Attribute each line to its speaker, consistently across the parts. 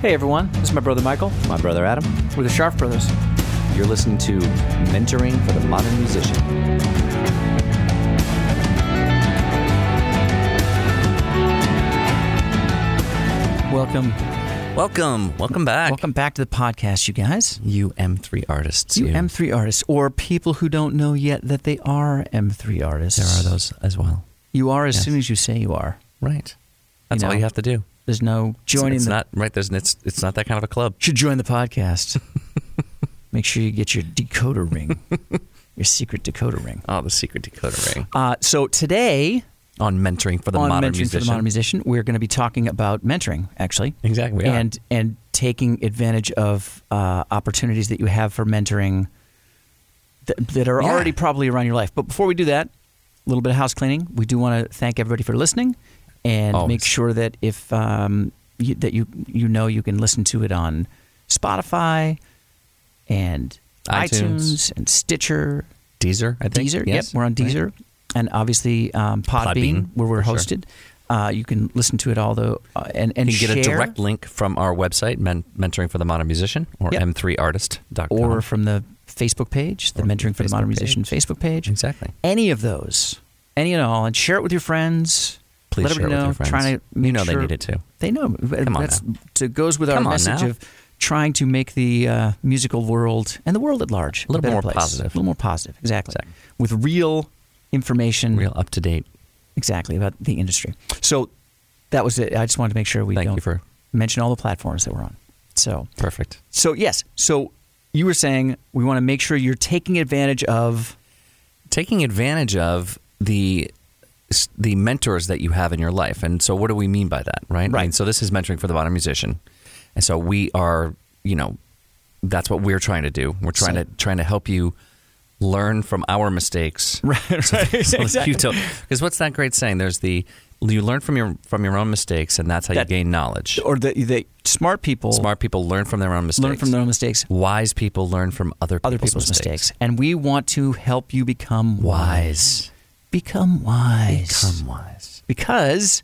Speaker 1: Hey everyone, this is my brother Michael.
Speaker 2: My brother Adam.
Speaker 1: We're the Sharp Brothers.
Speaker 2: You're listening to Mentoring for the Modern Musician.
Speaker 1: Welcome,
Speaker 2: Welcome. Welcome back.
Speaker 1: welcome back to the podcast, you guys.
Speaker 2: You M3 artists.
Speaker 1: You M3 artists, or people who don't know yet that they are M3 artists.
Speaker 2: There are those as well.
Speaker 1: You are as
Speaker 2: Yes.
Speaker 1: soon as you say you are.
Speaker 2: Right. That's all
Speaker 1: know,
Speaker 2: you have to do.
Speaker 1: There's no joining
Speaker 2: it's
Speaker 1: the.
Speaker 2: not right there's it's it's not that kind of a club.
Speaker 1: should join the podcast. Make sure you get your decoder ring, your secret decoder ring.
Speaker 2: Oh, the secret decoder ring.
Speaker 1: Uh, so today
Speaker 2: On mentoring for the
Speaker 1: on
Speaker 2: modern
Speaker 1: mentoring
Speaker 2: musician.
Speaker 1: for the modern musician, we're going to be talking about mentoring actually.
Speaker 2: Exactly, we are.
Speaker 1: And and taking advantage of uh, opportunities that you have for mentoring that, that are
Speaker 2: Yeah.
Speaker 1: already probably around your life. But before we do that, a little bit of house cleaning. We do want to thank everybody for listening, and make
Speaker 2: Always.
Speaker 1: sure that if um, you, that you you know you can listen to it on Spotify and
Speaker 2: iTunes.
Speaker 1: iTunes and Stitcher
Speaker 2: Deezer, I think.
Speaker 1: Deezer.
Speaker 2: Yes.
Speaker 1: Yep, we're on
Speaker 2: Right.
Speaker 1: Deezer, and obviously um, Podbean,
Speaker 2: Podbean,
Speaker 1: where we're
Speaker 2: for sure.
Speaker 1: hosted. Uh, you can listen to it all though, uh, and and
Speaker 2: You can get a
Speaker 1: share,
Speaker 2: direct link from our website, men- Mentoring for the Modern Musician, or
Speaker 1: Yep.
Speaker 2: m3artist.com.
Speaker 1: or from the Facebook page, the
Speaker 2: Or from
Speaker 1: Mentoring for the
Speaker 2: Facebook
Speaker 1: Modern Musician
Speaker 2: page.
Speaker 1: Facebook page.
Speaker 2: Exactly.
Speaker 1: Any of those, any and all, and share it with your friends.
Speaker 2: Please
Speaker 1: Let
Speaker 2: share
Speaker 1: everybody
Speaker 2: it with
Speaker 1: know.
Speaker 2: your friends.
Speaker 1: Trying to make
Speaker 2: you know they
Speaker 1: sure-
Speaker 2: need it too.
Speaker 1: They know. Come
Speaker 2: on
Speaker 1: That's,
Speaker 2: now.
Speaker 1: It goes with our
Speaker 2: Come on
Speaker 1: message
Speaker 2: now.
Speaker 1: of trying to make the uh, musical world and the world at large
Speaker 2: A little
Speaker 1: better
Speaker 2: more
Speaker 1: place.
Speaker 2: positive.
Speaker 1: A little more positive, exactly.
Speaker 2: Exactly.
Speaker 1: With real information,
Speaker 2: Real up to date.
Speaker 1: exactly about the industry. So that was it. I just wanted to make sure we
Speaker 2: Thank
Speaker 1: don't
Speaker 2: you for
Speaker 1: mention all the platforms that we're on. So,
Speaker 2: perfect.
Speaker 1: so yes. So you were saying we want to make sure you're taking advantage of
Speaker 2: taking advantage of the the mentors that you have in your life. And so, what do we mean by that, right?
Speaker 1: Right.
Speaker 2: I mean, so this is mentoring for the modern musician, and so we are, you know, that's what we're trying to do. We're trying
Speaker 1: So-
Speaker 2: to trying to help you learn from our mistakes,
Speaker 1: right, right, exactly.
Speaker 2: Because what's that great saying? There's the you learn from your from your own mistakes, and that's how
Speaker 1: That-
Speaker 2: you gain knowledge.
Speaker 1: or that that smart people
Speaker 2: Smart people learn from their own mistakes.
Speaker 1: learn from their own mistakes,
Speaker 2: Wise people learn from other
Speaker 1: other people's, mistakes. and we want to help you become
Speaker 2: Wise.
Speaker 1: Become wise.
Speaker 2: Become wise.
Speaker 1: because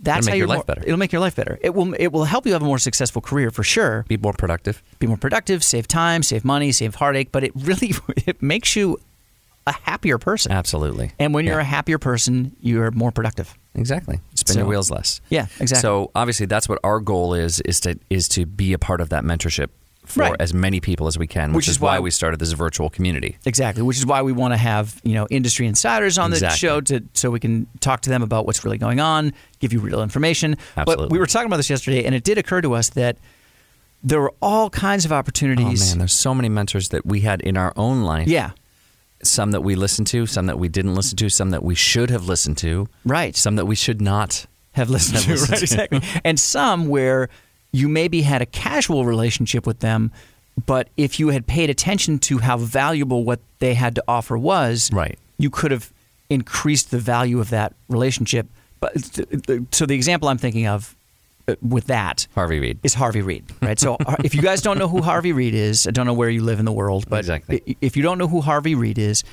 Speaker 1: that's
Speaker 2: It'll
Speaker 1: how
Speaker 2: make
Speaker 1: you're
Speaker 2: your life
Speaker 1: more-
Speaker 2: better.
Speaker 1: It'll make your life better. It will. It will help you have a more successful career for sure.
Speaker 2: Be more productive.
Speaker 1: be more productive, save time, save money, save heartache, but it really it makes you a happier person.
Speaker 2: Absolutely.
Speaker 1: And when
Speaker 2: Yeah.
Speaker 1: you're a happier person, you're more productive.
Speaker 2: Exactly. Spin your
Speaker 1: So-
Speaker 2: wheels less.
Speaker 1: Yeah, exactly.
Speaker 2: So obviously that's what our goal is is to is to be a part of that mentorship for
Speaker 1: Right.
Speaker 2: as many people as we can, which, is, why, we started this virtual community.
Speaker 1: Exactly, which is why we want to have, you know, industry insiders on the
Speaker 2: Exactly.
Speaker 1: show to so we can talk to them about what's really going on, give you real information. But we
Speaker 2: Absolutely.
Speaker 1: were talking about this yesterday and it did occur to us that there were all kinds of
Speaker 2: Oh
Speaker 1: opportunities.
Speaker 2: man, there's so many mentors that we had in our own life.
Speaker 1: yeah.
Speaker 2: Some that we listened to, some that we didn't listen to, some that we should have listened to.
Speaker 1: Right.
Speaker 2: Some that we should not.
Speaker 1: have listened
Speaker 2: Have
Speaker 1: to.
Speaker 2: listened
Speaker 1: right,
Speaker 2: to.
Speaker 1: exactly. and some where you maybe had a casual relationship with them, but if you had paid attention to how valuable what they had to offer was,
Speaker 2: Right.
Speaker 1: you could have increased the value of that relationship. But th- th- so the example I'm thinking of uh, with that
Speaker 2: Harvey Reid.
Speaker 1: is Harvey Reid, right? So Har- if you guys don't know who Harvey Reid is, I don't know where you live in the world, but
Speaker 2: Exactly.
Speaker 1: i- if you don't know who Harvey Reid is,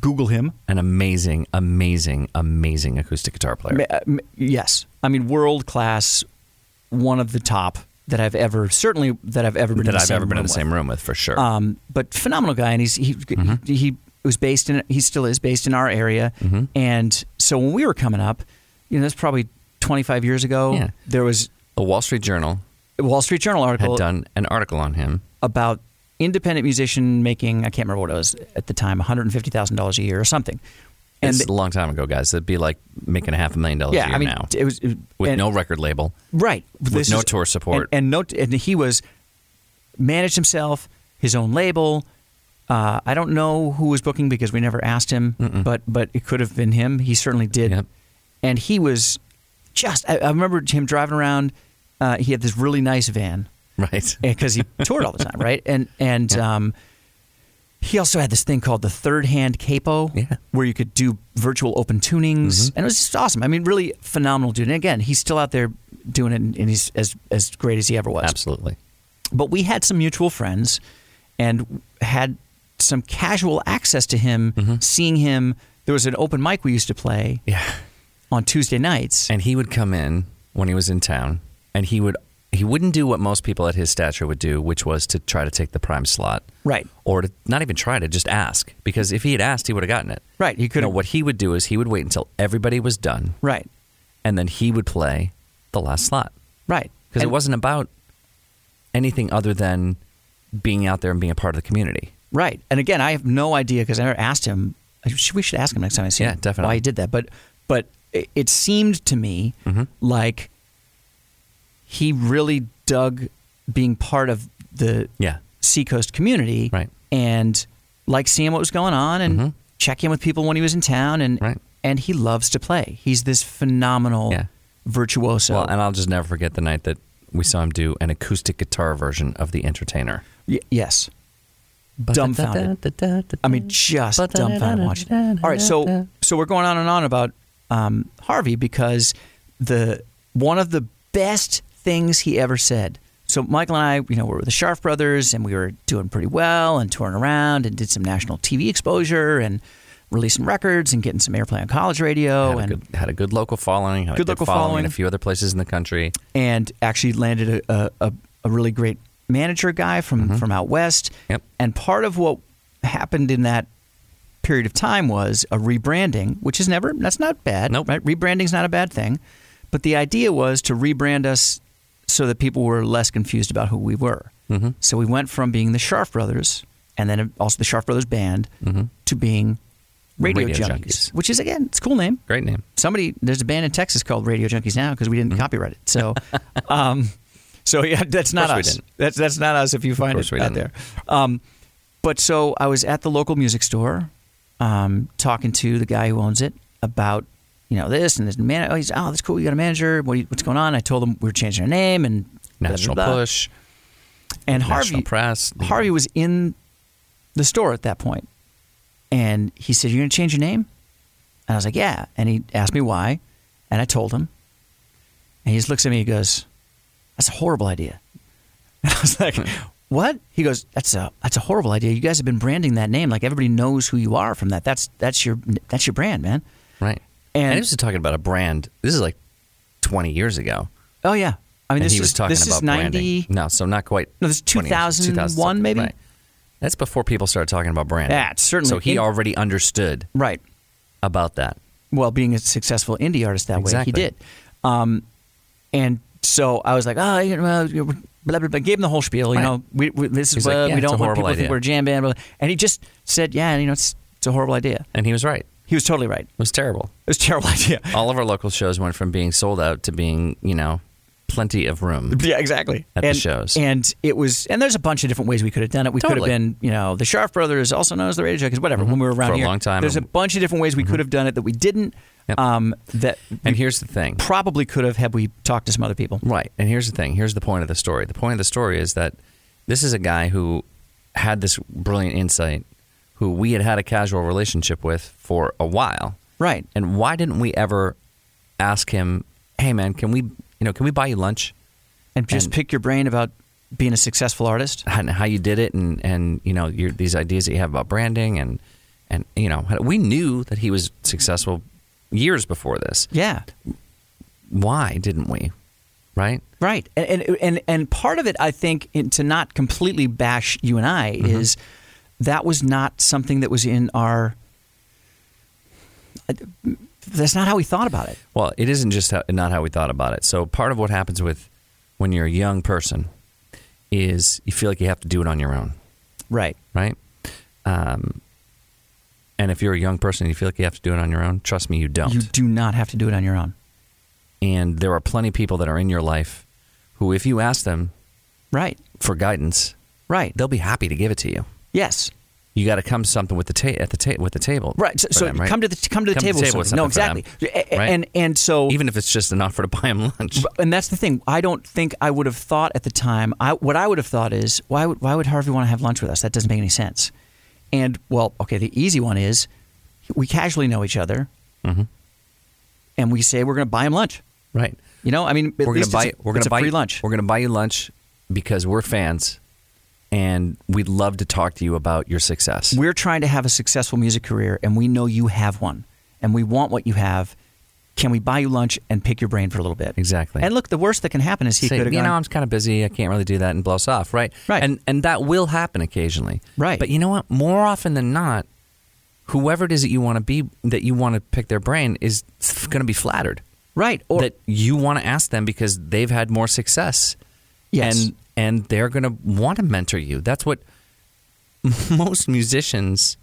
Speaker 1: Google him.
Speaker 2: An amazing, amazing, amazing acoustic guitar player.
Speaker 1: Ma- uh, m- yes, I mean world class, one of the top that I've ever certainly that I've ever been
Speaker 2: that
Speaker 1: in the
Speaker 2: I've
Speaker 1: same
Speaker 2: ever been in
Speaker 1: room
Speaker 2: the same
Speaker 1: with.
Speaker 2: room Mm-hmm. with for sure.
Speaker 1: Um, but phenomenal guy, and he's he he, he was based in he still is based in our area,
Speaker 2: Mm-hmm.
Speaker 1: and so when we were coming up, you know, that's probably twenty five years ago.
Speaker 2: Yeah.
Speaker 1: There was
Speaker 2: the Wall Street Journal
Speaker 1: a Wall Street Journal
Speaker 2: had
Speaker 1: article
Speaker 2: done an article on him.
Speaker 1: about independent musician making I can't remember what it was at the time one hundred and fifty thousand dollars a year or something, and
Speaker 2: it's a long time ago, guys. It'd be like making a half a million dollars
Speaker 1: yeah,
Speaker 2: a year
Speaker 1: I mean
Speaker 2: now
Speaker 1: it was it-
Speaker 2: with
Speaker 1: and-
Speaker 2: no record label.
Speaker 1: Right. This
Speaker 2: no tour support.
Speaker 1: And, and no and he was managed himself, his own label. Uh, I don't know who was booking because we never asked him, but but it could have been him. He certainly did.
Speaker 2: Yep.
Speaker 1: And he was just I, I remember him driving around uh, he had this really nice van
Speaker 2: Right.
Speaker 1: because he toured all the time, right? And and um, he also had this thing called the third hand capo,
Speaker 2: Yeah. Mm-hmm.
Speaker 1: where you could do virtual open tunings, and it was just awesome. I mean, really phenomenal dude. And again, he's still out there doing it, and he's as as great as he ever was.
Speaker 2: Absolutely.
Speaker 1: But we had some mutual friends, and had some casual access to him, seeing him. There was an open mic we used to play
Speaker 2: Mm-hmm. Yeah.
Speaker 1: on Tuesday nights.
Speaker 2: And he would come in when he was in town, and he would he wouldn't do what most people at his stature would do, which was to try to take the prime slot.
Speaker 1: Right.
Speaker 2: Or to not even try to just ask because if he had asked, he would have gotten it.
Speaker 1: Right, he
Speaker 2: You know
Speaker 1: could've-
Speaker 2: what he would do is he would wait until everybody was done,
Speaker 1: Right.
Speaker 2: and then he would play the last slot
Speaker 1: Right.
Speaker 2: because it
Speaker 1: And-
Speaker 2: wasn't about anything other than being out there and being a part of the community.
Speaker 1: Right. And again, I have no idea because I never asked him. I should- We should ask him next time I see
Speaker 2: Yeah,
Speaker 1: him
Speaker 2: definitely.
Speaker 1: why he did that. But but it it seemed to me
Speaker 2: Mm-hmm.
Speaker 1: like he really dug being part of the
Speaker 2: Yeah.
Speaker 1: Seacoast community,
Speaker 2: Right. Mm-hmm.
Speaker 1: And like seeing what was going on and check in with people when he was in town, and
Speaker 2: Right.
Speaker 1: and he loves to play. He's this phenomenal
Speaker 2: Yeah.
Speaker 1: virtuoso.
Speaker 2: Well, and I'll just never forget the night that we saw him do an acoustic guitar version of The Entertainer.
Speaker 1: Y- yes, dumbfounded. I mean, just dumbfounded watching. All right, so so we're going on and on about um, Harvey because the one of the best things he ever said. So Michael and I, you know, were with the Sharp Brothers, and we were doing pretty well and touring around and did some national TV exposure and releasing records and getting some airplay on college radio
Speaker 2: had,
Speaker 1: and
Speaker 2: a good, had a good local following, had
Speaker 1: Good
Speaker 2: a good
Speaker 1: local
Speaker 2: following,
Speaker 1: following.
Speaker 2: in a few other places in the country.
Speaker 1: and actually landed a, a, a, a really great manager guy from, from out west.
Speaker 2: Mm-hmm. Yep.
Speaker 1: And part of what happened in that period of time was a rebranding, which is never, that's not bad.
Speaker 2: Nope.
Speaker 1: Right? Rebranding's not a bad thing. But the idea was to rebrand us so that people were less confused about who we were.
Speaker 2: Mm-hmm.
Speaker 1: So we went from being the Sharp Brothers and then also the Sharp Brothers Band to being Radio,
Speaker 2: Mm-hmm. Radio
Speaker 1: junkies,
Speaker 2: Junkies.
Speaker 1: which is, again, it's a cool name
Speaker 2: Great name.
Speaker 1: somebody there's a band in Texas called Radio Junkies now because we
Speaker 2: Mm-hmm.
Speaker 1: didn't copyright it. So, um, so yeah, that's not
Speaker 2: course we
Speaker 1: us.
Speaker 2: didn't.
Speaker 1: That's that's not us. If you find
Speaker 2: course
Speaker 1: it
Speaker 2: we
Speaker 1: out there,
Speaker 2: didn't.
Speaker 1: um, but so I was at the local music store, um, talking to the guy who owns it about you know this and this man. Oh, he's oh that's cool. You got a manager. What, do you- what's going on? I told him we were changing our name and blah, blah,
Speaker 2: National
Speaker 1: blah.
Speaker 2: Push,
Speaker 1: and
Speaker 2: National
Speaker 1: Harvey
Speaker 2: Press. the-
Speaker 1: Harvey was in the store at that point, and he said, "You're going to change your name?" And I was like, "Yeah." And he asked me why, and I told him, and he just looks at me. He goes, "That's a horrible idea." And I was
Speaker 2: Hmm.
Speaker 1: like, "What?" He goes, "That's a that's a horrible idea. You guys have been branding that name like everybody knows who you are from that. That's that's your that's your brand, man."
Speaker 2: Right.
Speaker 1: And-
Speaker 2: And, he was talking about a brand. This is like 20 years ago.
Speaker 1: Oh yeah, I mean
Speaker 2: and
Speaker 1: this
Speaker 2: he was
Speaker 1: is
Speaker 2: talking
Speaker 1: this
Speaker 2: about
Speaker 1: is ninety.
Speaker 2: branding. No, so not quite.
Speaker 1: No, this is
Speaker 2: 20 years,
Speaker 1: 2001 maybe?
Speaker 2: Right. That's before people started talking about branding.
Speaker 1: Yeah, it's certainly-
Speaker 2: So he
Speaker 1: in-
Speaker 2: already understood
Speaker 1: Right.
Speaker 2: about that.
Speaker 1: well, being a successful indie artist that
Speaker 2: Exactly.
Speaker 1: way, he did. Um, and so I was like, oh, you know, uh, you know, blah, blah, blah. Gave him the whole spiel. You
Speaker 2: Right.
Speaker 1: know, we, we, this is
Speaker 2: He's
Speaker 1: what
Speaker 2: like, yeah,
Speaker 1: we
Speaker 2: it's
Speaker 1: don't
Speaker 2: a
Speaker 1: want
Speaker 2: horrible
Speaker 1: people to think
Speaker 2: idea.
Speaker 1: we're a jam band. blah, blah. And he just said, yeah, you know, it's, it's a horrible idea.
Speaker 2: And he was right. It
Speaker 1: He was totally right. It
Speaker 2: was terrible.
Speaker 1: was a terrible idea.
Speaker 2: All of our local shows went from being sold out to being, you know, plenty of room.
Speaker 1: Yeah, exactly.
Speaker 2: At the
Speaker 1: and,
Speaker 2: shows.
Speaker 1: and it was, and there's a bunch of different ways we could have done it. We could
Speaker 2: Totally. Mm-hmm.
Speaker 1: have been, you know, the Sharp Brothers, also known as the Radio Junkies, whatever. When we were around
Speaker 2: For a
Speaker 1: here,
Speaker 2: long time.
Speaker 1: there's a
Speaker 2: And-
Speaker 1: bunch of different ways we could have done it that we didn't.
Speaker 2: Yep.
Speaker 1: Um, that
Speaker 2: And here's the thing.
Speaker 1: probably could have had we talked to some other people.
Speaker 2: Right. And here's the thing. Here's the point of the story. The point of the story is that this is a guy who had this brilliant insight, who we had had a casual relationship with for a while.
Speaker 1: Right.
Speaker 2: And why didn't we ever ask him, "Hey, man, can we, you know, can we buy you lunch
Speaker 1: and just
Speaker 2: And-
Speaker 1: pick your brain about being a successful artist.
Speaker 2: and how you did it, and and you know your, these ideas that you have about branding and and you know we knew that he was successful years before this.
Speaker 1: Yeah,
Speaker 2: Why didn't we? Right?
Speaker 1: right. And and and, and part of it, I think, in, to not completely bash you and I
Speaker 2: Mm-hmm.
Speaker 1: is that was not something that was in our. uh, That's not how we thought about it.
Speaker 2: Well, it isn't just how, not how we thought about it. So part of what happens with when you're a young person is you feel like you have to do it on your own,
Speaker 1: Right.
Speaker 2: right? Um, and if you're a young person and you feel like you have to do it on your own, trust me, you don't.
Speaker 1: You do not have to do it on your own.
Speaker 2: and there are plenty of people that are in your life who, if you ask them
Speaker 1: Right.
Speaker 2: for guidance,
Speaker 1: Right.
Speaker 2: they'll be happy to give it to you.
Speaker 1: Yes.
Speaker 2: You got to come to something with the ta- at the ta- with the table,
Speaker 1: Right. So,
Speaker 2: for
Speaker 1: so
Speaker 2: them, right?
Speaker 1: come to the come to the table. with
Speaker 2: with
Speaker 1: something. no,
Speaker 2: something
Speaker 1: exactly.
Speaker 2: for them,
Speaker 1: A- a-
Speaker 2: right?
Speaker 1: And and so
Speaker 2: even if it's just an offer to buy them lunch,
Speaker 1: and that's the thing. I don't think I would have thought at the time. I, what I would have thought is, why would why would Harvey want to have lunch with us? That doesn't make any sense. And well, okay, the easy one is, we casually know each other,
Speaker 2: Mm-hmm.
Speaker 1: and we say we're going to buy him lunch.
Speaker 2: right?
Speaker 1: You know, I mean, at
Speaker 2: we're gonna
Speaker 1: least
Speaker 2: buy
Speaker 1: it's a,
Speaker 2: we're gonna
Speaker 1: it's a
Speaker 2: buy
Speaker 1: free lunch.
Speaker 2: We're gonna buy you lunch because we're fans and we'd love to talk to you about your success.
Speaker 1: We're trying to have a successful music career, and we know you have one, and we want what you have, Can we buy you lunch and pick your brain for a little bit?
Speaker 2: Exactly.
Speaker 1: And look, the worst that can happen is he
Speaker 2: Say,
Speaker 1: could have
Speaker 2: you
Speaker 1: gone.
Speaker 2: know, I'm kind of busy. I can't really do that and blows off, right?
Speaker 1: Right.
Speaker 2: And and that will happen occasionally,
Speaker 1: Right.
Speaker 2: But you know what? More often than not, whoever it is that you want to be, that you want to pick their brain, is going to be flattered
Speaker 1: right. Or
Speaker 2: that you want to ask them because they've had more success.
Speaker 1: Yes.
Speaker 2: And and they're going to want to mentor you. That's what most musicians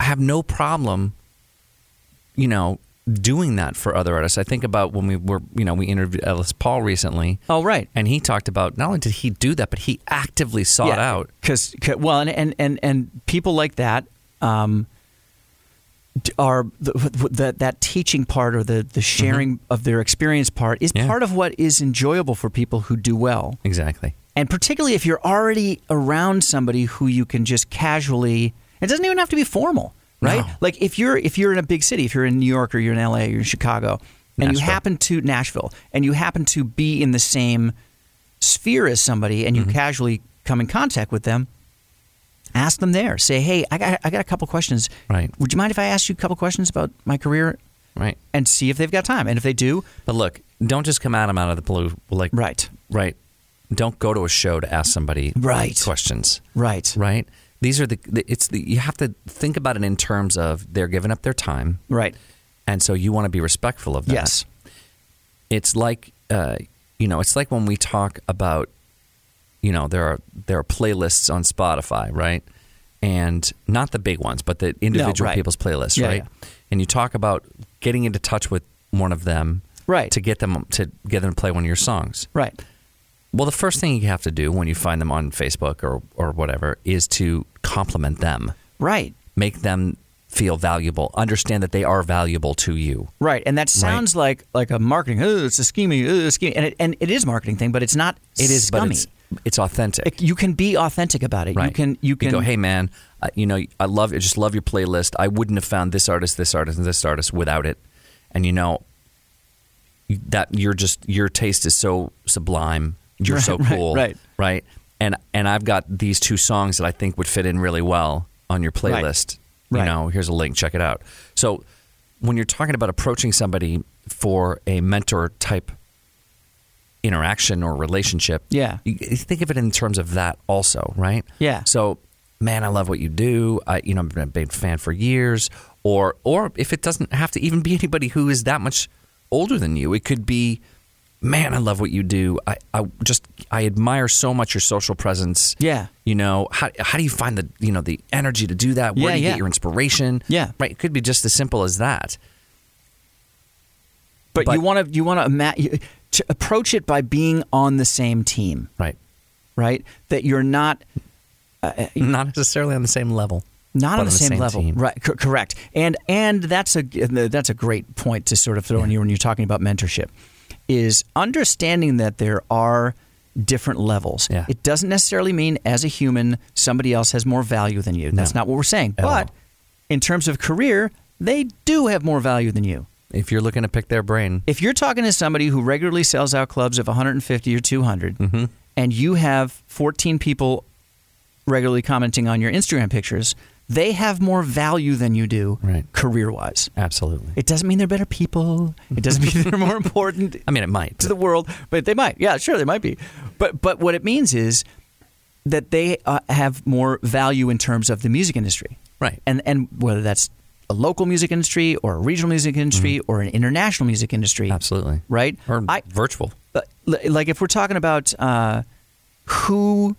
Speaker 2: have no problem you know doing that for other artists. I think about when we were, you know, we interviewed Ellis Paul recently.
Speaker 1: oh, right.
Speaker 2: And he talked about not only did he do that, but he actively sought out.
Speaker 1: Because well, and, and and and people like that um, d- are the, the, that teaching part or the the sharing of their experience part is
Speaker 2: Mm-hmm. Yeah.
Speaker 1: part of what is enjoyable for people who do well,
Speaker 2: Exactly.
Speaker 1: and particularly if you're already around somebody who you can just casually. It doesn't even have to be formal, right?
Speaker 2: No.
Speaker 1: Like if you're if you're in a big city, if you're in New York or you're in LA or you're in Chicago, and you
Speaker 2: Nashville.
Speaker 1: happen to Nashville, and you happen to be in the same sphere as somebody,
Speaker 2: Mm-hmm.
Speaker 1: and you casually come in contact with them, ask them there. Say, hey, I got I got a couple questions.
Speaker 2: Right.
Speaker 1: Would you mind if I ask you a couple questions about my career,
Speaker 2: Right.
Speaker 1: and see if they've got time? And if they do,
Speaker 2: But look, don't just come at him out of the blue like
Speaker 1: right,
Speaker 2: Right. Don't go to a show to ask somebody
Speaker 1: Right.
Speaker 2: questions.
Speaker 1: right,
Speaker 2: Right. These are the, the it's the you have to think about it in terms of they're giving up their time,
Speaker 1: right,
Speaker 2: and so you want to be respectful of that.
Speaker 1: yes,
Speaker 2: It's like uh, you know, it's like when we talk about you know there are there are playlists on Spotify, right? And not the big ones, but the individual
Speaker 1: right.
Speaker 2: people's playlists,
Speaker 1: Yeah,
Speaker 2: right?
Speaker 1: yeah.
Speaker 2: And you talk about getting into touch with one of them,
Speaker 1: Right.
Speaker 2: To get them to get them to play one of your songs,
Speaker 1: right,
Speaker 2: well, the first thing you have to do when you find them on Facebook or, or whatever is to compliment them,
Speaker 1: right.
Speaker 2: make them feel valuable, understand that they are valuable to you.
Speaker 1: Right, and that sounds like like a marketing. Oh, it's a scheming, oh, it's scheming, and it, and it is marketing thing, but it's not.
Speaker 2: It is,
Speaker 1: scummy.
Speaker 2: but it's, it's authentic.
Speaker 1: It- you can be authentic about it. You
Speaker 2: right?
Speaker 1: can you can
Speaker 2: go, hey man, uh, you know, I love I just love your playlist. I wouldn't have found this artist, this artist, and this artist without it. And you know that you're just your taste is so sublime. You're
Speaker 1: Right,
Speaker 2: so
Speaker 1: right,
Speaker 2: cool,
Speaker 1: right.
Speaker 2: right? And and I've got these two songs that I think would fit in really well on your
Speaker 1: Right.
Speaker 2: playlist.
Speaker 1: Right.
Speaker 2: You know, here's a link. Check it out. So when you're talking about approaching somebody for a mentor type interaction or relationship.
Speaker 1: Yeah.
Speaker 2: You, you think of it in terms of that also, right?
Speaker 1: Yeah.
Speaker 2: So, man, I love what you do. I, you know, I've been a big fan for years. Or, or if it doesn't have to even be anybody who is that much older than you, it could be, man, I love what you do. I, I just, I admire so much your social presence.
Speaker 1: Yeah.
Speaker 2: You know, how, how do you find the, you know, the energy to do that? Where
Speaker 1: Yeah,
Speaker 2: do you
Speaker 1: yeah.
Speaker 2: get your inspiration?
Speaker 1: Yeah.
Speaker 2: Right. It could be just as simple as that.
Speaker 1: But,
Speaker 2: But-
Speaker 1: you want to you want to, ima- you- to approach it by being on the same team,
Speaker 2: Right.
Speaker 1: right? That you're not uh,
Speaker 2: Not necessarily on the same level.
Speaker 1: not
Speaker 2: but
Speaker 1: on the same, level,
Speaker 2: team.
Speaker 1: right? cor- correct. And and that's a that's a great point to sort of throw in here when you're talking about mentorship, is understanding that there are different levels.
Speaker 2: Yeah.
Speaker 1: It doesn't necessarily mean as a human somebody else has more value than you. That's not what we're saying.
Speaker 2: At
Speaker 1: but
Speaker 2: all.
Speaker 1: in terms of career, they do have more value than you.
Speaker 2: If you're looking to pick their brain,
Speaker 1: if you're talking to somebody who regularly sells out clubs of 150 or 200
Speaker 2: Mm-hmm.
Speaker 1: and you have 14 people regularly commenting on your Instagram pictures, they have more value than you do
Speaker 2: Right.
Speaker 1: career wise.
Speaker 2: absolutely.
Speaker 1: It doesn't mean they're better people. It doesn't mean they're more important
Speaker 2: I mean, it might.
Speaker 1: to the world, but they might. Yeah, sure, they might be. But but what it means is that they uh, have more value in terms of the music industry,
Speaker 2: Right.
Speaker 1: And and whether that's a local music industry or a regional music industry or an international music industry,
Speaker 2: Mm-hmm. Absolutely.
Speaker 1: right?
Speaker 2: Or
Speaker 1: I,
Speaker 2: virtual.
Speaker 1: but, li- like if we're talking about uh, who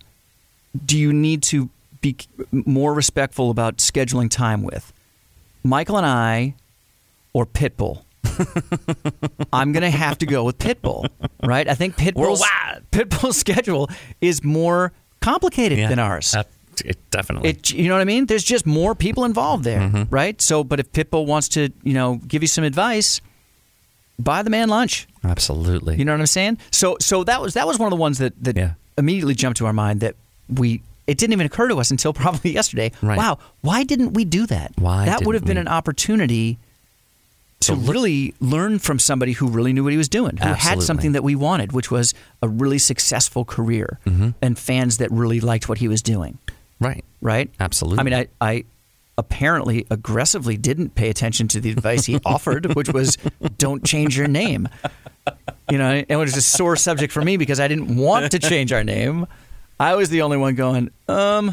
Speaker 1: do you need to be c- more respectful about scheduling time with michael and i or pitbull i'm gonna have to go with pitbull right i think pitbull's,
Speaker 2: Worldwide.
Speaker 1: pitbull's schedule is more complicated than ours
Speaker 2: Uh, it definitely.
Speaker 1: it, you know what I mean? There's just more people involved there, right? So, but if Pitbull wants to, you know, give you some advice, buy the man lunch.
Speaker 2: absolutely.
Speaker 1: You know what I'm saying? So so that was that was one of the ones that that
Speaker 2: Yeah.
Speaker 1: immediately jumped to our mind that we it didn't even occur to us until probably yesterday.
Speaker 2: Right.
Speaker 1: Wow, why didn't we do that?
Speaker 2: Why
Speaker 1: that would
Speaker 2: didn't
Speaker 1: have been
Speaker 2: we?
Speaker 1: an opportunity to really learn from somebody who really knew what he was doing, who had
Speaker 2: Absolutely.
Speaker 1: something that we wanted, which was a really successful career
Speaker 2: Mm-hmm.
Speaker 1: and fans that really liked what he was doing
Speaker 2: right.
Speaker 1: right?
Speaker 2: Absolutely.
Speaker 1: I mean, I, I apparently aggressively didn't pay attention to the advice he offered, which was don't change your name. You know, and it was a sore subject for me because I didn't want to change our name. I was the only one going, um,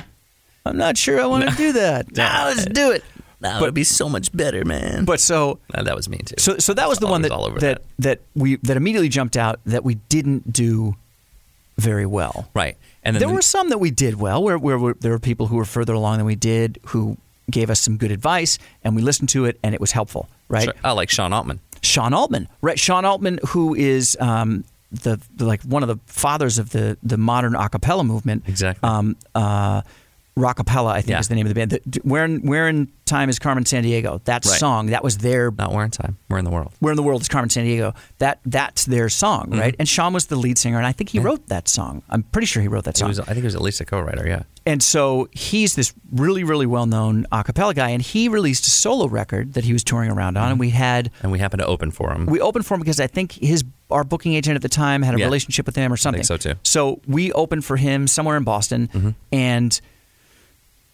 Speaker 1: I'm not sure I want to do that. Nah, let's do it.
Speaker 2: That would be so much better, man.
Speaker 1: But so
Speaker 2: No, Uh, that was me too.
Speaker 1: so so that was the
Speaker 2: I
Speaker 1: one
Speaker 2: was
Speaker 1: that
Speaker 2: all over
Speaker 1: that, that we that immediately jumped out that we didn't do very well.
Speaker 2: right, and then
Speaker 1: There
Speaker 2: the-
Speaker 1: were some that we did well, where, where, where there were people who were further along than we did who gave us some good advice, and we listened to it, and it was helpful, right?
Speaker 2: Sure. I like Sean Altman.
Speaker 1: Sean Altman, right? Sean Altman, who is um, the, the like one of the fathers of the the modern acapella movement.
Speaker 2: Exactly.
Speaker 1: Um, uh, Rockapella, I think,
Speaker 2: Yeah.
Speaker 1: is the name of the band. The, d- where in Where in Time is Carmen San Diego? That
Speaker 2: Right.
Speaker 1: song that was their
Speaker 2: Not we're in time. We're in the world.
Speaker 1: Where in the World is Carmen San Diego? That that's their song,
Speaker 2: Mm-hmm.
Speaker 1: right? And Sean was the lead singer, and I think he wrote that song. I'm pretty sure he wrote that
Speaker 2: It
Speaker 1: song.
Speaker 2: was, I think it was at least a co-writer. Yeah.
Speaker 1: And so he's this really, really well known a cappella guy, and he released a solo record that he was touring around on. And we had,
Speaker 2: and we happened to open for him.
Speaker 1: we opened for him because I think his our booking agent at the time had a
Speaker 2: Yeah.
Speaker 1: relationship with him or something.
Speaker 2: so, too. Mm-hmm.
Speaker 1: So we opened for him somewhere in Boston and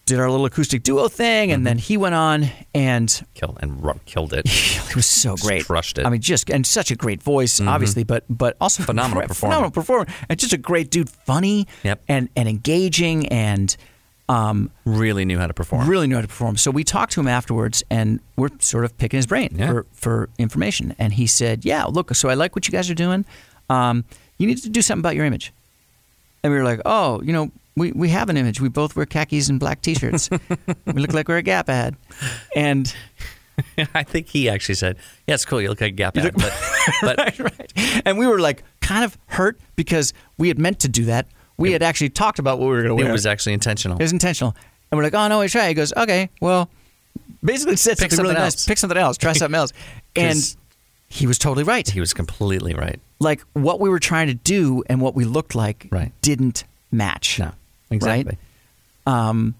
Speaker 1: did our little acoustic duo thing.
Speaker 2: Mm-hmm.
Speaker 1: And then he went on and
Speaker 2: killed and ru- killed it.
Speaker 1: it was so great.
Speaker 2: crushed it. Mm-hmm.
Speaker 1: I mean, just and such a great voice, obviously, but but also
Speaker 2: Phenomenal performer.
Speaker 1: phenomenal performer, and just a great dude, funny,
Speaker 2: Yep.
Speaker 1: and and engaging, and um,
Speaker 2: really knew how to perform.
Speaker 1: Really knew how to perform. So we talked to him afterwards, and we're sort of picking his brain
Speaker 2: Yeah.
Speaker 1: for, for information. And he said, "Yeah, look, so I like what you guys are doing. Um, you need to do something about your image." And we were like, "Oh, you know, we, we have an image. We both wear khakis and black T-shirts. we look like we're a Gap ad." And
Speaker 2: I think he actually said, "Yeah, it's cool. You look like a Gap ad." But, but
Speaker 1: right, and we were like kind of hurt because we had meant to do that. We had actually talked about what we were going to
Speaker 2: it
Speaker 1: wear.
Speaker 2: was actually intentional.
Speaker 1: It was intentional. And we're like, oh no, we try. He goes, okay, well, basically said
Speaker 2: Pick
Speaker 1: something, really
Speaker 2: something
Speaker 1: nice.
Speaker 2: else.
Speaker 1: Pick something else. Try something else. And
Speaker 2: 'Cause-
Speaker 1: he was totally right.
Speaker 2: He was completely right.
Speaker 1: Like what we were trying to do and what we looked like
Speaker 2: Right.
Speaker 1: didn't match.
Speaker 2: No, exactly.
Speaker 1: Right? Um,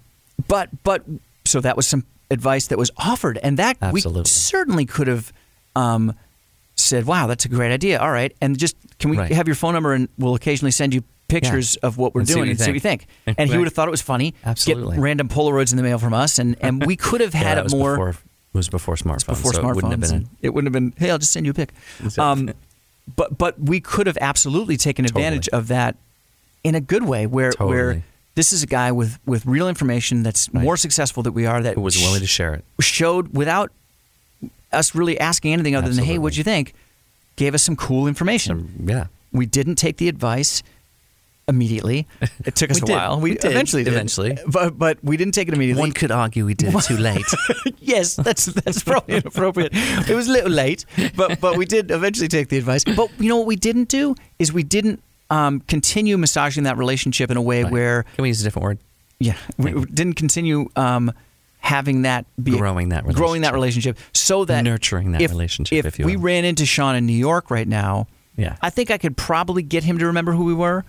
Speaker 1: but but so that was some advice that was offered, and that we
Speaker 2: Absolutely.
Speaker 1: certainly could have um, said, "Wow, that's a great idea." All right, and just can we
Speaker 2: Right.
Speaker 1: have your phone number, and we'll occasionally send you pictures of what we're
Speaker 2: And see
Speaker 1: doing
Speaker 2: what you
Speaker 1: and see what you think.
Speaker 2: think.
Speaker 1: And he
Speaker 2: Right.
Speaker 1: would have thought it was funny.
Speaker 2: Absolutely.
Speaker 1: get random Polaroids in the mail from us, and and we could have
Speaker 2: Yeah,
Speaker 1: had
Speaker 2: that
Speaker 1: a
Speaker 2: was
Speaker 1: more
Speaker 2: before, it was before smartphones.
Speaker 1: before
Speaker 2: so
Speaker 1: smartphones.
Speaker 2: It wouldn't have been.
Speaker 1: and it wouldn't have been. Hey, I'll just send you a pic. Um,
Speaker 2: Exactly.
Speaker 1: but but we could have absolutely taken advantage of that in a good way, where where
Speaker 2: Totally.
Speaker 1: this is a guy with with real information that's more successful than we are. That
Speaker 2: Who was willing to share it?
Speaker 1: showed without us really asking anything other than hey,
Speaker 2: Absolutely.
Speaker 1: what'd you think? Gave us some cool
Speaker 2: Mm.
Speaker 1: information.
Speaker 2: Um, Yeah.
Speaker 1: we didn't take the advice immediately. It took us
Speaker 2: We
Speaker 1: a
Speaker 2: did.
Speaker 1: while.
Speaker 2: We did.
Speaker 1: eventually did.
Speaker 2: Eventually.
Speaker 1: but but we didn't take it immediately
Speaker 2: One could argue we did it too late.
Speaker 1: yes, that's that's probably inappropriate. It was a little late, but but we did eventually take the advice. But you know what we didn't do is we didn't um, continue massaging that relationship in a way where
Speaker 2: Can we use a different word?
Speaker 1: yeah we we didn't continue um, having that be
Speaker 2: Growing that
Speaker 1: growing that relationship so that
Speaker 2: Nurturing that
Speaker 1: if,
Speaker 2: relationship, if you
Speaker 1: we
Speaker 2: will.
Speaker 1: ran into Sean in New York right now,
Speaker 2: Yeah.
Speaker 1: I think I could probably get him to remember who we were.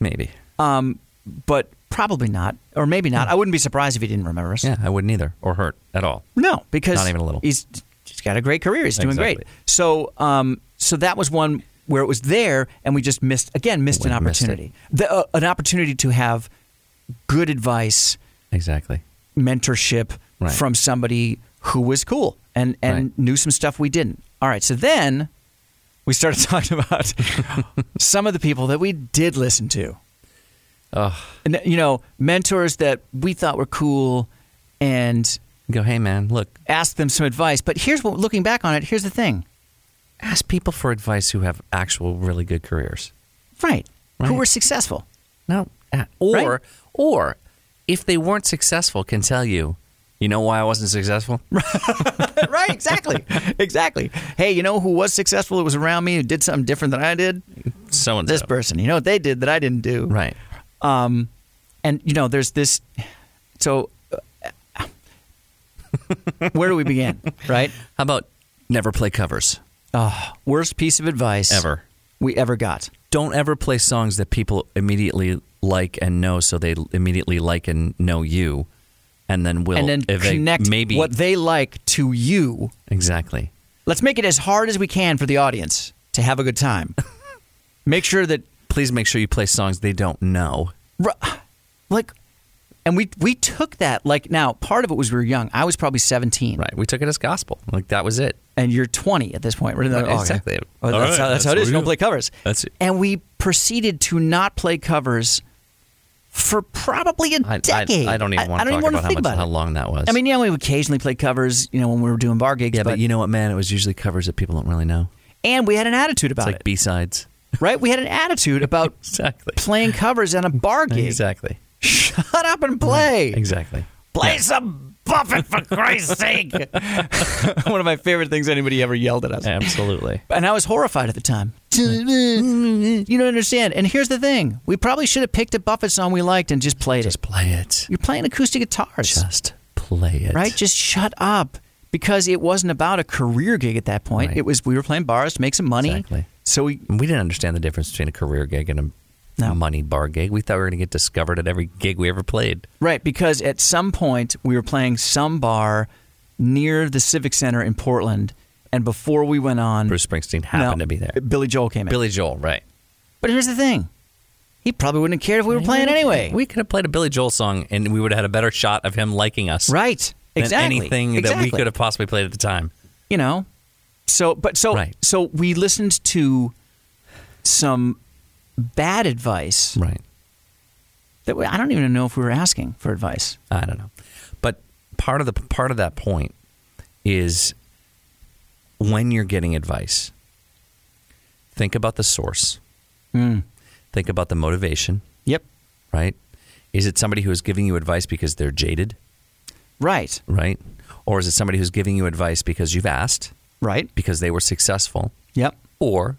Speaker 2: Maybe.
Speaker 1: Um, but probably not, or maybe
Speaker 2: Hmm.
Speaker 1: not. I wouldn't be surprised if he didn't remember us.
Speaker 2: Yeah, I wouldn't either, or hurt at all.
Speaker 1: No, because
Speaker 2: Not even a little.
Speaker 1: He's he's got a great career. He's doing great.
Speaker 2: Exactly.
Speaker 1: So um, so that was one where it was there, and we just missed again missed an
Speaker 2: We missed it.
Speaker 1: opportunity, the, uh, an opportunity to have good advice,
Speaker 2: Exactly.
Speaker 1: mentorship
Speaker 2: Right.
Speaker 1: from somebody who was cool and and
Speaker 2: Right.
Speaker 1: knew some stuff we didn't. All right, so then we started talking about some of the people that we did listen to.
Speaker 2: Ugh.
Speaker 1: And, you know, mentors that we thought were cool and
Speaker 2: Go, hey man, look,
Speaker 1: ask them some advice. But here's what, looking back on it, here's the thing.
Speaker 2: ask people for advice who have actual really good careers.
Speaker 1: Right. Who
Speaker 2: Right.
Speaker 1: were successful.
Speaker 2: No, or
Speaker 1: Right.
Speaker 2: or if they weren't successful, can tell you, you know why I wasn't successful.
Speaker 1: right, exactly. exactly. Hey, you know who was successful that was around me who did something different than I did?
Speaker 2: So and
Speaker 1: This
Speaker 2: so.
Speaker 1: person. You know what they did that I didn't do?
Speaker 2: Right.
Speaker 1: Um, and, you know, there's this. So uh, where do we begin? Right?
Speaker 2: How about never play covers
Speaker 1: Uh, worst piece of advice
Speaker 2: ever?
Speaker 1: we ever got.
Speaker 2: Don't ever play songs that people immediately like and know, so they immediately like and know you, and then will
Speaker 1: and then
Speaker 2: if they-
Speaker 1: connect
Speaker 2: maybe
Speaker 1: what they like to you.
Speaker 2: exactly.
Speaker 1: Let's make it as hard as we can for the audience to have a good time. make sure that
Speaker 2: Please make sure you play songs they don't know.
Speaker 1: Ru- like And we we took that like now part of it was we were young. I was probably 17.
Speaker 2: Right. We took it as gospel. Like that was it.
Speaker 1: And you're 20 at this point. We're in the-
Speaker 2: Right,
Speaker 1: oh, okay. Oh,
Speaker 2: exactly.
Speaker 1: that's,
Speaker 2: All right,
Speaker 1: how, that's,
Speaker 2: that's
Speaker 1: how it
Speaker 2: what
Speaker 1: is.
Speaker 2: we
Speaker 1: Don't
Speaker 2: do.
Speaker 1: play covers.
Speaker 2: That's it.
Speaker 1: And we proceeded to not play covers for probably a
Speaker 2: I,
Speaker 1: decade.
Speaker 2: I, I don't even want to talk
Speaker 1: wanna
Speaker 2: about how
Speaker 1: think
Speaker 2: much how long that was.
Speaker 1: I mean, yeah, we occasionally played covers, you know, when we were doing bar gigs,
Speaker 2: yeah,
Speaker 1: but,
Speaker 2: but, you know what, man? It was usually covers that people don't really know.
Speaker 1: and we had an attitude
Speaker 2: It's
Speaker 1: about
Speaker 2: like
Speaker 1: it,
Speaker 2: B sides.
Speaker 1: right? We had an attitude about
Speaker 2: Exactly.
Speaker 1: playing covers on a bar gig.
Speaker 2: Exactly.
Speaker 1: Shut up and play.
Speaker 2: Exactly.
Speaker 1: Play some Buffett for Christ's sake. One of my favorite things anybody ever yelled at us.
Speaker 2: Absolutely.
Speaker 1: And I was horrified at the time. you don't understand. And here's the thing we probably should have picked a Buffett song we liked and just played
Speaker 2: Just
Speaker 1: it.
Speaker 2: play it.
Speaker 1: You're playing acoustic guitars,
Speaker 2: Just play it.
Speaker 1: right? Just shut up because it wasn't about a career gig at that point.
Speaker 2: Right.
Speaker 1: It was we were playing bars to make some money.
Speaker 2: Exactly.
Speaker 1: So we,
Speaker 2: We didn't understand the difference between a career gig and a
Speaker 1: No.
Speaker 2: money bar gig. We thought we were going to get discovered at every gig we ever played.
Speaker 1: right, because at some point we were playing some bar near the Civic Center in Portland. And before we went on,
Speaker 2: Bruce Springsteen happened
Speaker 1: No,
Speaker 2: to be there.
Speaker 1: Billy Joel came in.
Speaker 2: Billy Joel, right.
Speaker 1: But here's the thing. He probably wouldn't have cared if we were playing anyway.
Speaker 2: We could have played a Billy Joel song and we would have had a better shot of him liking us.
Speaker 1: right.
Speaker 2: Than
Speaker 1: Exactly.
Speaker 2: anything
Speaker 1: exactly.
Speaker 2: that we could have possibly played at the time.
Speaker 1: you know. So but so
Speaker 2: Right.
Speaker 1: so we listened to some bad advice
Speaker 2: Right.
Speaker 1: that we, I don't even know if we were asking for advice.
Speaker 2: I don't know. But part of the part of that point is when you're getting advice, think about the source. Think about the motivation,
Speaker 1: Mm. Yep.
Speaker 2: right? Is it somebody who is giving you advice because they're jaded,
Speaker 1: Right.
Speaker 2: right? Or is it somebody who's giving you advice because you've asked,
Speaker 1: Right.
Speaker 2: because they were successful,
Speaker 1: Yep.
Speaker 2: or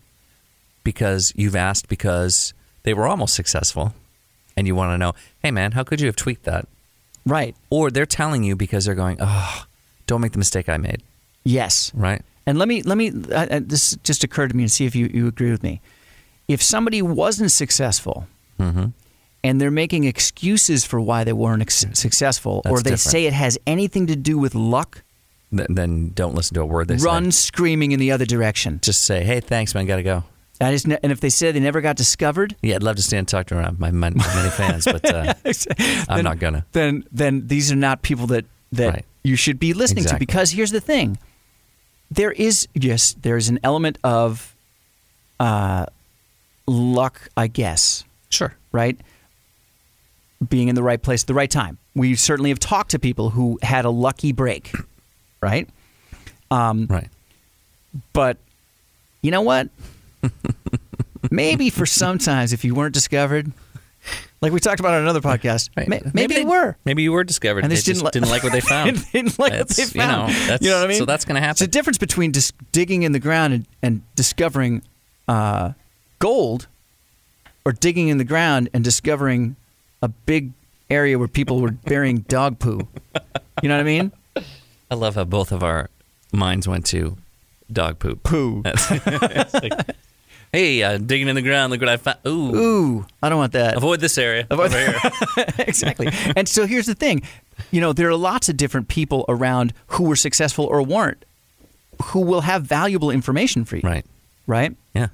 Speaker 2: because you've asked because they were almost successful and you want to know, hey man, how could you have tweaked that?
Speaker 1: Right.
Speaker 2: or they're telling you because they're going, oh, don't make the mistake I made,
Speaker 1: Yes.
Speaker 2: right?
Speaker 1: And let me let me uh, uh, this just occurred to me and see if you, you agree with me. If somebody wasn't successful
Speaker 2: Mm-hmm.
Speaker 1: and they're making excuses for why they weren't ex- successful or
Speaker 2: That's
Speaker 1: they
Speaker 2: different.
Speaker 1: say it has anything to do with luck,
Speaker 2: Th- then don't listen to a word they
Speaker 1: run
Speaker 2: say.
Speaker 1: screaming in the other direction.
Speaker 2: Just say, hey, thanks, man, gotta go.
Speaker 1: I just ne- and if they say they never got discovered,
Speaker 2: Yeah, I'd love to stand and talk to around my many fans, but uh, I'm not gonna.
Speaker 1: then then these are not people that that
Speaker 2: Right.
Speaker 1: you should be listening to
Speaker 2: Exactly.
Speaker 1: because here's the thing there is yes there is an element of uh, luck I guess
Speaker 2: Sure.
Speaker 1: right being in the right place at the right time we certainly have talked to people who had a lucky break right
Speaker 2: Right.
Speaker 1: but you know what maybe for sometimes if you weren't discovered like we talked about on another podcast
Speaker 2: Right.
Speaker 1: ma- maybe, they were
Speaker 2: Maybe you were discovered
Speaker 1: And
Speaker 2: and
Speaker 1: they
Speaker 2: they,
Speaker 1: just
Speaker 2: just,
Speaker 1: didn't
Speaker 2: didn't,
Speaker 1: li-
Speaker 2: like what they found.
Speaker 1: They didn't like what
Speaker 2: Oh. That's-
Speaker 1: they found.
Speaker 2: You know, that's,
Speaker 1: what I mean?
Speaker 2: So that's going to
Speaker 1: It's a
Speaker 2: happen.
Speaker 1: difference between dis- digging in the ground and, and discovering uh, gold, or digging in the ground and discovering a big area where people were burying dog poo. You know what I mean?
Speaker 2: I love how both of our minds went to dog poop.
Speaker 1: Poo.
Speaker 2: It's like, hey, uh, digging in the ground, look what I found. Ooh,
Speaker 1: Ooh, I don't want that.
Speaker 2: avoid this area.
Speaker 1: Avoid-
Speaker 2: over here.
Speaker 1: exactly. And so here's the thing you know, there are lots of different people around who were successful or weren't who will have valuable information for you.
Speaker 2: right.
Speaker 1: Right?
Speaker 2: Yeah.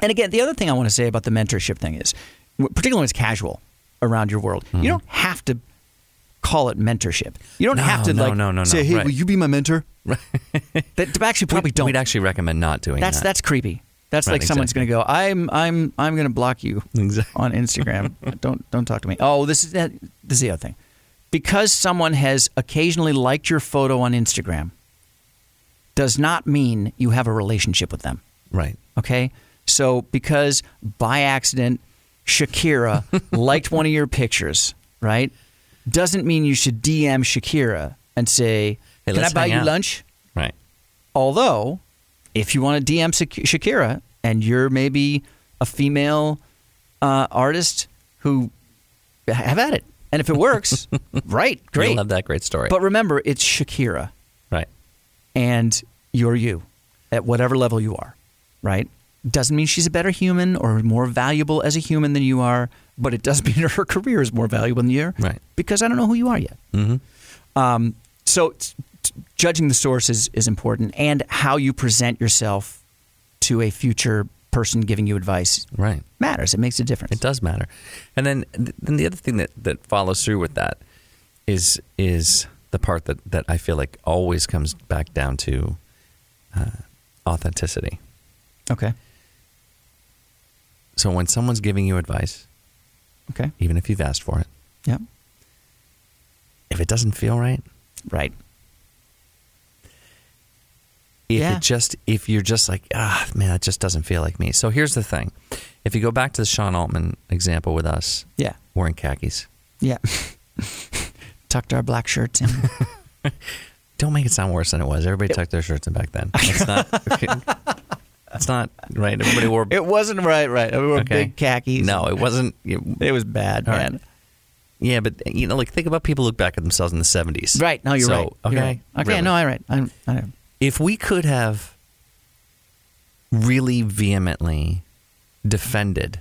Speaker 1: And again, the other thing I want to say about the mentorship thing is, w- particularly when it's casual around your world, you don't have to call it mentorship. You don't
Speaker 2: Hmm. No,
Speaker 1: have to
Speaker 2: no,
Speaker 1: like
Speaker 2: no, no, no,
Speaker 1: say, "Hey,
Speaker 2: right.
Speaker 1: will you be my mentor?" that, that actually probably
Speaker 2: We'd-
Speaker 1: don't.
Speaker 2: We'd actually recommend not doing
Speaker 1: that's
Speaker 2: that.
Speaker 1: that's creepy. That's
Speaker 2: Right,
Speaker 1: like someone's
Speaker 2: exactly. Mm.
Speaker 1: going to go, "I'm I'm I'm going to block you
Speaker 2: Exactly.
Speaker 1: on Instagram. don't don't talk to me." Oh, this is that. This is the other thing. Because someone has occasionally liked your photo on Instagram, does not mean you have a relationship with them.
Speaker 2: Right.
Speaker 1: Okay. So because by accident Shakira liked one of your pictures, right? Doesn't mean you should DM Shakira and say,
Speaker 2: Hey,
Speaker 1: "Can I
Speaker 2: let's
Speaker 1: buy
Speaker 2: hang
Speaker 1: you
Speaker 2: out."
Speaker 1: lunch?"
Speaker 2: Right.
Speaker 1: Although, if you want to DM Shak- Shakira and you're maybe a female uh, artist who have at it, and if it works, right,
Speaker 2: Great.
Speaker 1: great.
Speaker 2: love that great story.
Speaker 1: But remember, it's Shakira
Speaker 2: right.
Speaker 1: and you're you at whatever level you are, right? Doesn't mean she's a better human or more valuable as a human than you are, but it does mean her career is more valuable than yours.
Speaker 2: Right.
Speaker 1: Because I don't know who you are yet. Mm-hmm. Um, so t- t- judging the source is, is important and how you present yourself to a future person giving you advice
Speaker 2: Right.
Speaker 1: matters. It makes a difference.
Speaker 2: It does matter. And then then the other thing that, that follows through with that is is the part that that I feel like always comes back down to uh, authenticity.
Speaker 1: Okay.
Speaker 2: So when someone's giving you advice,
Speaker 1: Okay.
Speaker 2: even if you've asked for it,
Speaker 1: Yep.
Speaker 2: if it doesn't feel right,
Speaker 1: Right.
Speaker 2: if
Speaker 1: Yeah.
Speaker 2: it just if you're just like ah man, it just doesn't feel like me. So here's the thing: if you go back to the Sean Altman example with us,
Speaker 1: Yeah.
Speaker 2: we're in khakis.
Speaker 1: Yeah. Tucked our black shirts in.
Speaker 2: Don't make it sound worse than it was. Everybody tucked their shirts in back then. It's not. it's not right. Everybody wore.
Speaker 1: it wasn't right, right. We were
Speaker 2: Okay.
Speaker 1: big khakis.
Speaker 2: no, it wasn't. it-
Speaker 1: It was bad,
Speaker 2: All right.
Speaker 1: man.
Speaker 2: Yeah, but you know, like think about people who look back at themselves in the seventies.
Speaker 1: Right. No, you're
Speaker 2: so,
Speaker 1: right.
Speaker 2: Okay.
Speaker 1: You're right. Okay.
Speaker 2: really.
Speaker 1: No, I'm right. I'm, I'm,
Speaker 2: if we could have really vehemently defended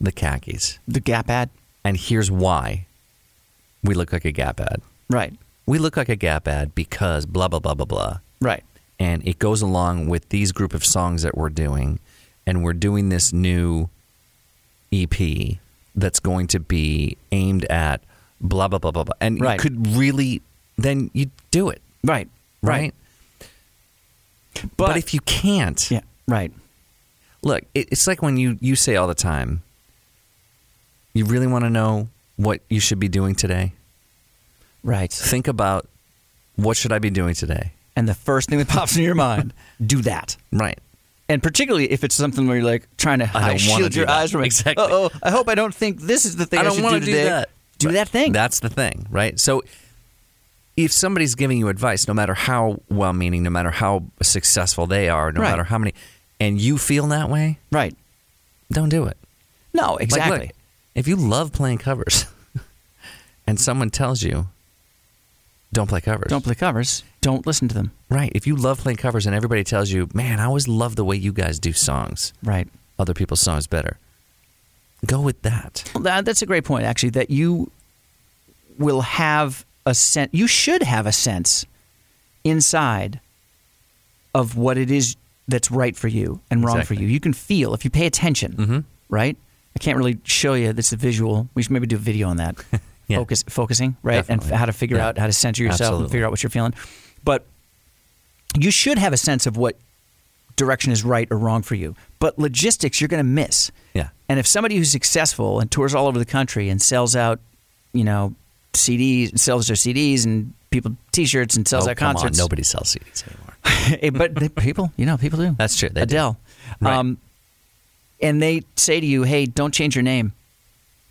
Speaker 2: the khakis,
Speaker 1: the Gap ad.
Speaker 2: and here's why we look like a Gap ad.
Speaker 1: Right.
Speaker 2: We look like a Gap ad because blah blah blah blah blah,
Speaker 1: Right.
Speaker 2: and it goes along with these group of songs that we're doing, and we're doing this new EP that's going to be aimed at blah blah blah blah blah, and
Speaker 1: Right.
Speaker 2: you could really then you do it
Speaker 1: Right.
Speaker 2: right. But,
Speaker 1: But-
Speaker 2: if you can't,
Speaker 1: Yeah. Right.
Speaker 2: look, it, it's like when you, you say all the time, you really want to know what you should be doing today?
Speaker 1: Right.
Speaker 2: Think about what should I be doing today?
Speaker 1: And the first thing that pops into your mind, do that.
Speaker 2: Right.
Speaker 1: And particularly if it's something where you're like trying to hide,
Speaker 2: don't wanna
Speaker 1: shield
Speaker 2: do
Speaker 1: your
Speaker 2: that.
Speaker 1: eyes from it.
Speaker 2: Exactly.
Speaker 1: Oh, I hope I don't think this is the thing I,
Speaker 2: I don't
Speaker 1: should
Speaker 2: want
Speaker 1: do
Speaker 2: to do
Speaker 1: today.
Speaker 2: that.
Speaker 1: Do
Speaker 2: Right.
Speaker 1: that thing.
Speaker 2: That's the thing, right? So if somebody's giving you advice, no matter how well meaning, no matter how successful they are, no
Speaker 1: Right.
Speaker 2: matter how many, and you feel that way,
Speaker 1: right.
Speaker 2: don't do it.
Speaker 1: No.
Speaker 2: Like,
Speaker 1: Exactly.
Speaker 2: look, if you love playing covers and someone tells you, don't play covers.
Speaker 1: Don't play covers. Don't listen to them.
Speaker 2: Right. If you love playing covers and everybody tells you, man, I always love the way you guys do songs,
Speaker 1: Right.
Speaker 2: other people's songs better, go with that.
Speaker 1: Well, that, that's a great point, actually, that you will have a sense, you should have a sense inside of what it is that's right for you and wrong for
Speaker 2: Exactly. Mm-hmm.
Speaker 1: you. You can feel if you pay attention, right? I can't really show you this is visual. We should maybe do a video on that.
Speaker 2: Yeah.
Speaker 1: Focus, focusing, right? And
Speaker 2: Definitely.
Speaker 1: f- how to figure
Speaker 2: Yeah.
Speaker 1: out how to center yourself and
Speaker 2: Absolutely.
Speaker 1: figure out what you're feeling. But you should have a sense of what direction is right or wrong for you. But logistics, you're going to miss.
Speaker 2: Yeah.
Speaker 1: And if somebody who's successful and tours all over the country and sells out, you know, CDs and sells their CDs and people T-shirts and sells
Speaker 2: Oh,
Speaker 1: out
Speaker 2: come
Speaker 1: concerts,
Speaker 2: on. Nobody sells CDs anymore.
Speaker 1: Eh, but the people, you know, people do.
Speaker 2: That's true. They do.
Speaker 1: Adele, Um,
Speaker 2: Right.
Speaker 1: and they say to you, "Hey, don't change your name.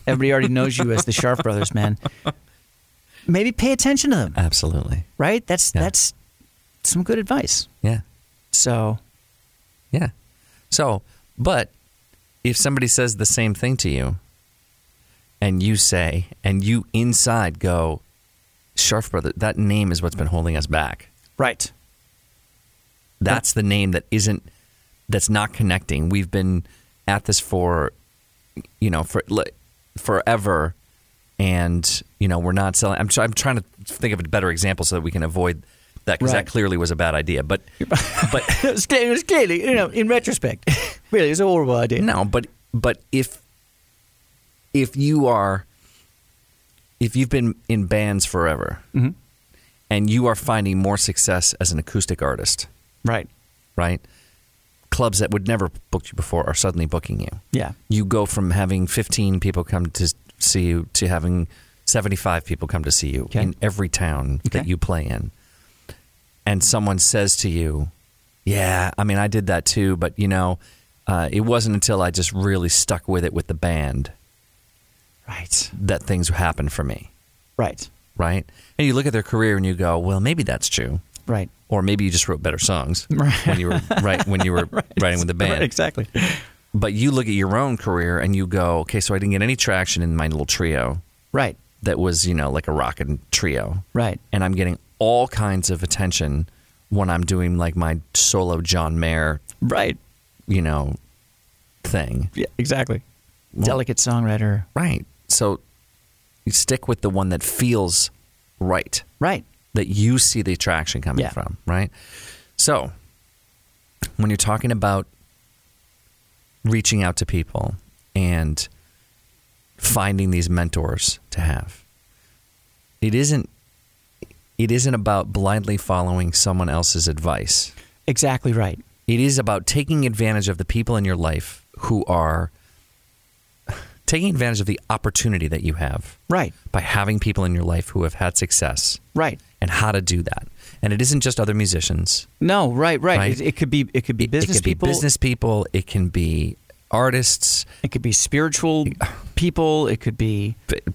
Speaker 1: Everybody already knows you as the Sharp Brothers, man. Maybe pay attention to them,
Speaker 2: Absolutely.
Speaker 1: right? That's
Speaker 2: Yeah.
Speaker 1: that's some good advice.
Speaker 2: Yeah.
Speaker 1: So,
Speaker 2: Yeah. So, but if somebody says the same thing to you and you say, and you inside go, Sharp Brother, that name is what's been holding us back.
Speaker 1: right,
Speaker 2: That's the name that isn't that's not connecting. We've been at this for you know for li- forever, and you know we're not selling. I'm, try- I'm trying to think of a better example so that we can avoid that because
Speaker 1: Right.
Speaker 2: that clearly was a bad idea. But but
Speaker 1: it was clearly, it was clearly, you know, in retrospect, really, it was a horrible idea.
Speaker 2: no, but but if if you are if you've been in bands forever
Speaker 1: Mm-hmm.
Speaker 2: and you are finding more success as an acoustic artist,
Speaker 1: Right?
Speaker 2: right? Clubs that would never booked you before are suddenly booking you.
Speaker 1: Yeah.
Speaker 2: You go from having 15 people come to see you to having 75 people come to see you
Speaker 1: Okay.
Speaker 2: in every town that
Speaker 1: Okay.
Speaker 2: you play in. And someone says to you, Yeah, I mean, I did that too, but you know, uh, it wasn't until I just really stuck with it with the band
Speaker 1: Right.
Speaker 2: that things happened for me,
Speaker 1: Right.
Speaker 2: right? And you look at their career and you go, Well, maybe that's true
Speaker 1: Right.
Speaker 2: or maybe you just wrote better songs
Speaker 1: Right.
Speaker 2: when you were right when you were writing with the band.
Speaker 1: Right, exactly.
Speaker 2: But you look at your own career and you go, okay, so I didn't get any traction in my little trio
Speaker 1: Right.
Speaker 2: that was you know like a rockin' trio,
Speaker 1: Right.
Speaker 2: and I'm getting all kinds of attention when I'm doing like my solo John Mayer,
Speaker 1: Right.
Speaker 2: you know, thing.
Speaker 1: Yeah, exactly. Delicate songwriter.
Speaker 2: Right. So you stick with the one that feels right.
Speaker 1: Right.
Speaker 2: that you see the attraction coming
Speaker 1: Yeah.
Speaker 2: from, right? So, when you're talking about reaching out to people and finding these mentors to have, It isn't. It isn't about blindly following someone else's advice.
Speaker 1: Exactly right.
Speaker 2: It is about taking advantage of the people in your life who are taking advantage of the opportunity that you have
Speaker 1: Right.
Speaker 2: by having people in your life who have had success
Speaker 1: Right.
Speaker 2: and how to do that. And it isn't just other musicians.
Speaker 1: No, right, right.
Speaker 2: Right.
Speaker 1: It, it could be it could be
Speaker 2: It-
Speaker 1: business
Speaker 2: it could
Speaker 1: people.
Speaker 2: be business people. It can be artists,
Speaker 1: It could be spiritual people. It could be
Speaker 2: b- b-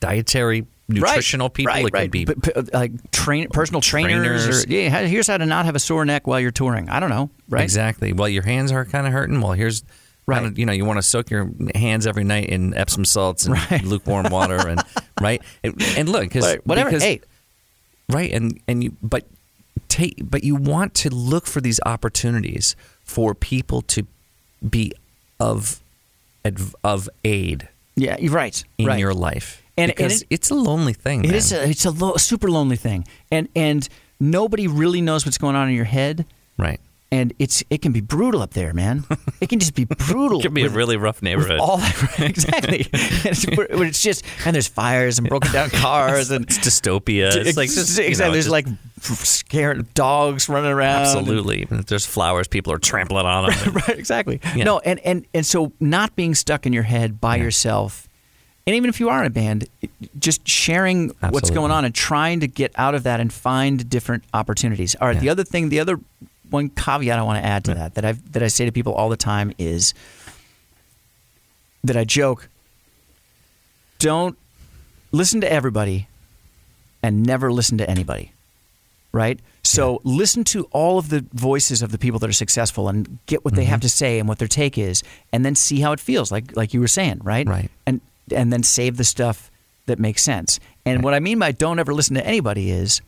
Speaker 2: dietary, nutritional
Speaker 1: right,
Speaker 2: people.
Speaker 1: Right,
Speaker 2: it could
Speaker 1: right.
Speaker 2: be
Speaker 1: P- p- like train personal trainers.
Speaker 2: Trainers.
Speaker 1: Or, yeah, how- here's how to not have a sore neck while you're touring. I don't know. Right.
Speaker 2: Exactly. Well, your hands are kind of hurting. Well, here's
Speaker 1: Right.
Speaker 2: kinda- you know, you want to soak your hands every night in Epsom salts and
Speaker 1: Right.
Speaker 2: lukewarm water, and right. And, and look, 'cause-
Speaker 1: Right, whatever.
Speaker 2: because-
Speaker 1: hey,
Speaker 2: right, and and you, but take, but you want to look for these opportunities for people to be of adv- of aid
Speaker 1: yeah, you're right.
Speaker 2: in
Speaker 1: right.
Speaker 2: your life,
Speaker 1: And- and
Speaker 2: because
Speaker 1: it-
Speaker 2: it's a lonely thing.
Speaker 1: It
Speaker 2: man.
Speaker 1: is. A, it's a lo- super lonely thing, and and nobody really knows what's going on in your head,
Speaker 2: right.
Speaker 1: and it's it can be brutal up there, man. It can just be brutal.
Speaker 2: It could be a
Speaker 1: with
Speaker 2: really rough neighborhood.
Speaker 1: all that, exactly. it's, where it's just and there's fires and broken down cars and
Speaker 2: it's dystopia. It's like just, you
Speaker 1: exactly.
Speaker 2: know,
Speaker 1: there's
Speaker 2: just-
Speaker 1: like um, scared dogs running around. and-
Speaker 2: Absolutely. If There's flowers. People are trampling on them.
Speaker 1: right. Exactly.
Speaker 2: Yeah.
Speaker 1: No. And and and so not being stuck in your head by yourself, and even if you are in a band, it- just sharing what's
Speaker 2: Absolutely.
Speaker 1: going on and trying to get out of that and find different opportunities. All right. The
Speaker 2: Yeah.
Speaker 1: other thing, the other one caveat I want to add to that that I that I say to people all the time is that I joke. Don't listen to everybody and never listen to anybody. Right? So listen to all of the voices of the people that are successful and get what they
Speaker 2: Mm-hmm.
Speaker 1: have to say and what their take is and then see how it feels like like you were saying, right?
Speaker 2: Right.
Speaker 1: And and then save the stuff that makes sense. And what I mean by don't ever listen to anybody is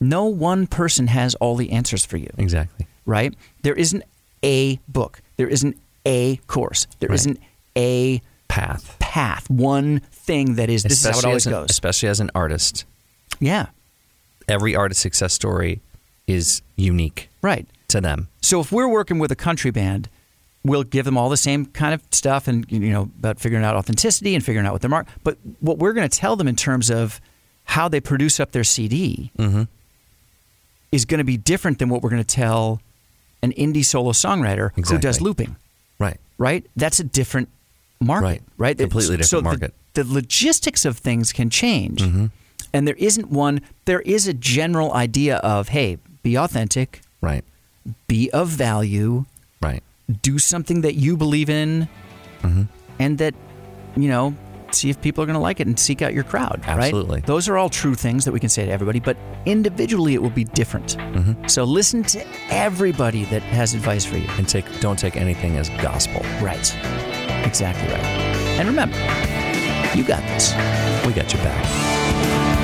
Speaker 1: no one person has all the answers for you
Speaker 2: exactly.
Speaker 1: right? There isn't a book. There isn't a course. There
Speaker 2: Right.
Speaker 1: not a
Speaker 2: Path.
Speaker 1: path. One thing that is this is how it
Speaker 2: Especially
Speaker 1: always
Speaker 2: as an-
Speaker 1: goes.
Speaker 2: Especially as an artist,
Speaker 1: Yeah,
Speaker 2: every artist success story is unique
Speaker 1: right.
Speaker 2: to them.
Speaker 1: So if we're working with a country band, we'll give them all the same kind of stuff and you know about figuring out authenticity and figuring out what their mark. But what we're going to tell them in terms of how they produce up their CD
Speaker 2: Mm-hmm.
Speaker 1: is going to be different than what we're going to tell an indie solo songwriter who does
Speaker 2: Exactly.
Speaker 1: looping.
Speaker 2: Right.
Speaker 1: right? That's a different market, right?
Speaker 2: Right. Completely
Speaker 1: so
Speaker 2: different market. Mm-hmm.
Speaker 1: The, the logistics of things can change, and there isn't one. There is a general idea of hey, be authentic,
Speaker 2: Right.
Speaker 1: be of value,
Speaker 2: Right.
Speaker 1: do something that you believe in, and that you know. See if people are going to like it and seek out your crowd,
Speaker 2: Absolutely.
Speaker 1: right? Those are all true things that we can say to everybody, but individually it will be different. So listen to everybody that has advice for you.
Speaker 2: And take don't take anything as gospel.
Speaker 1: Right. Exactly right. And remember, you got this.
Speaker 2: We got your back.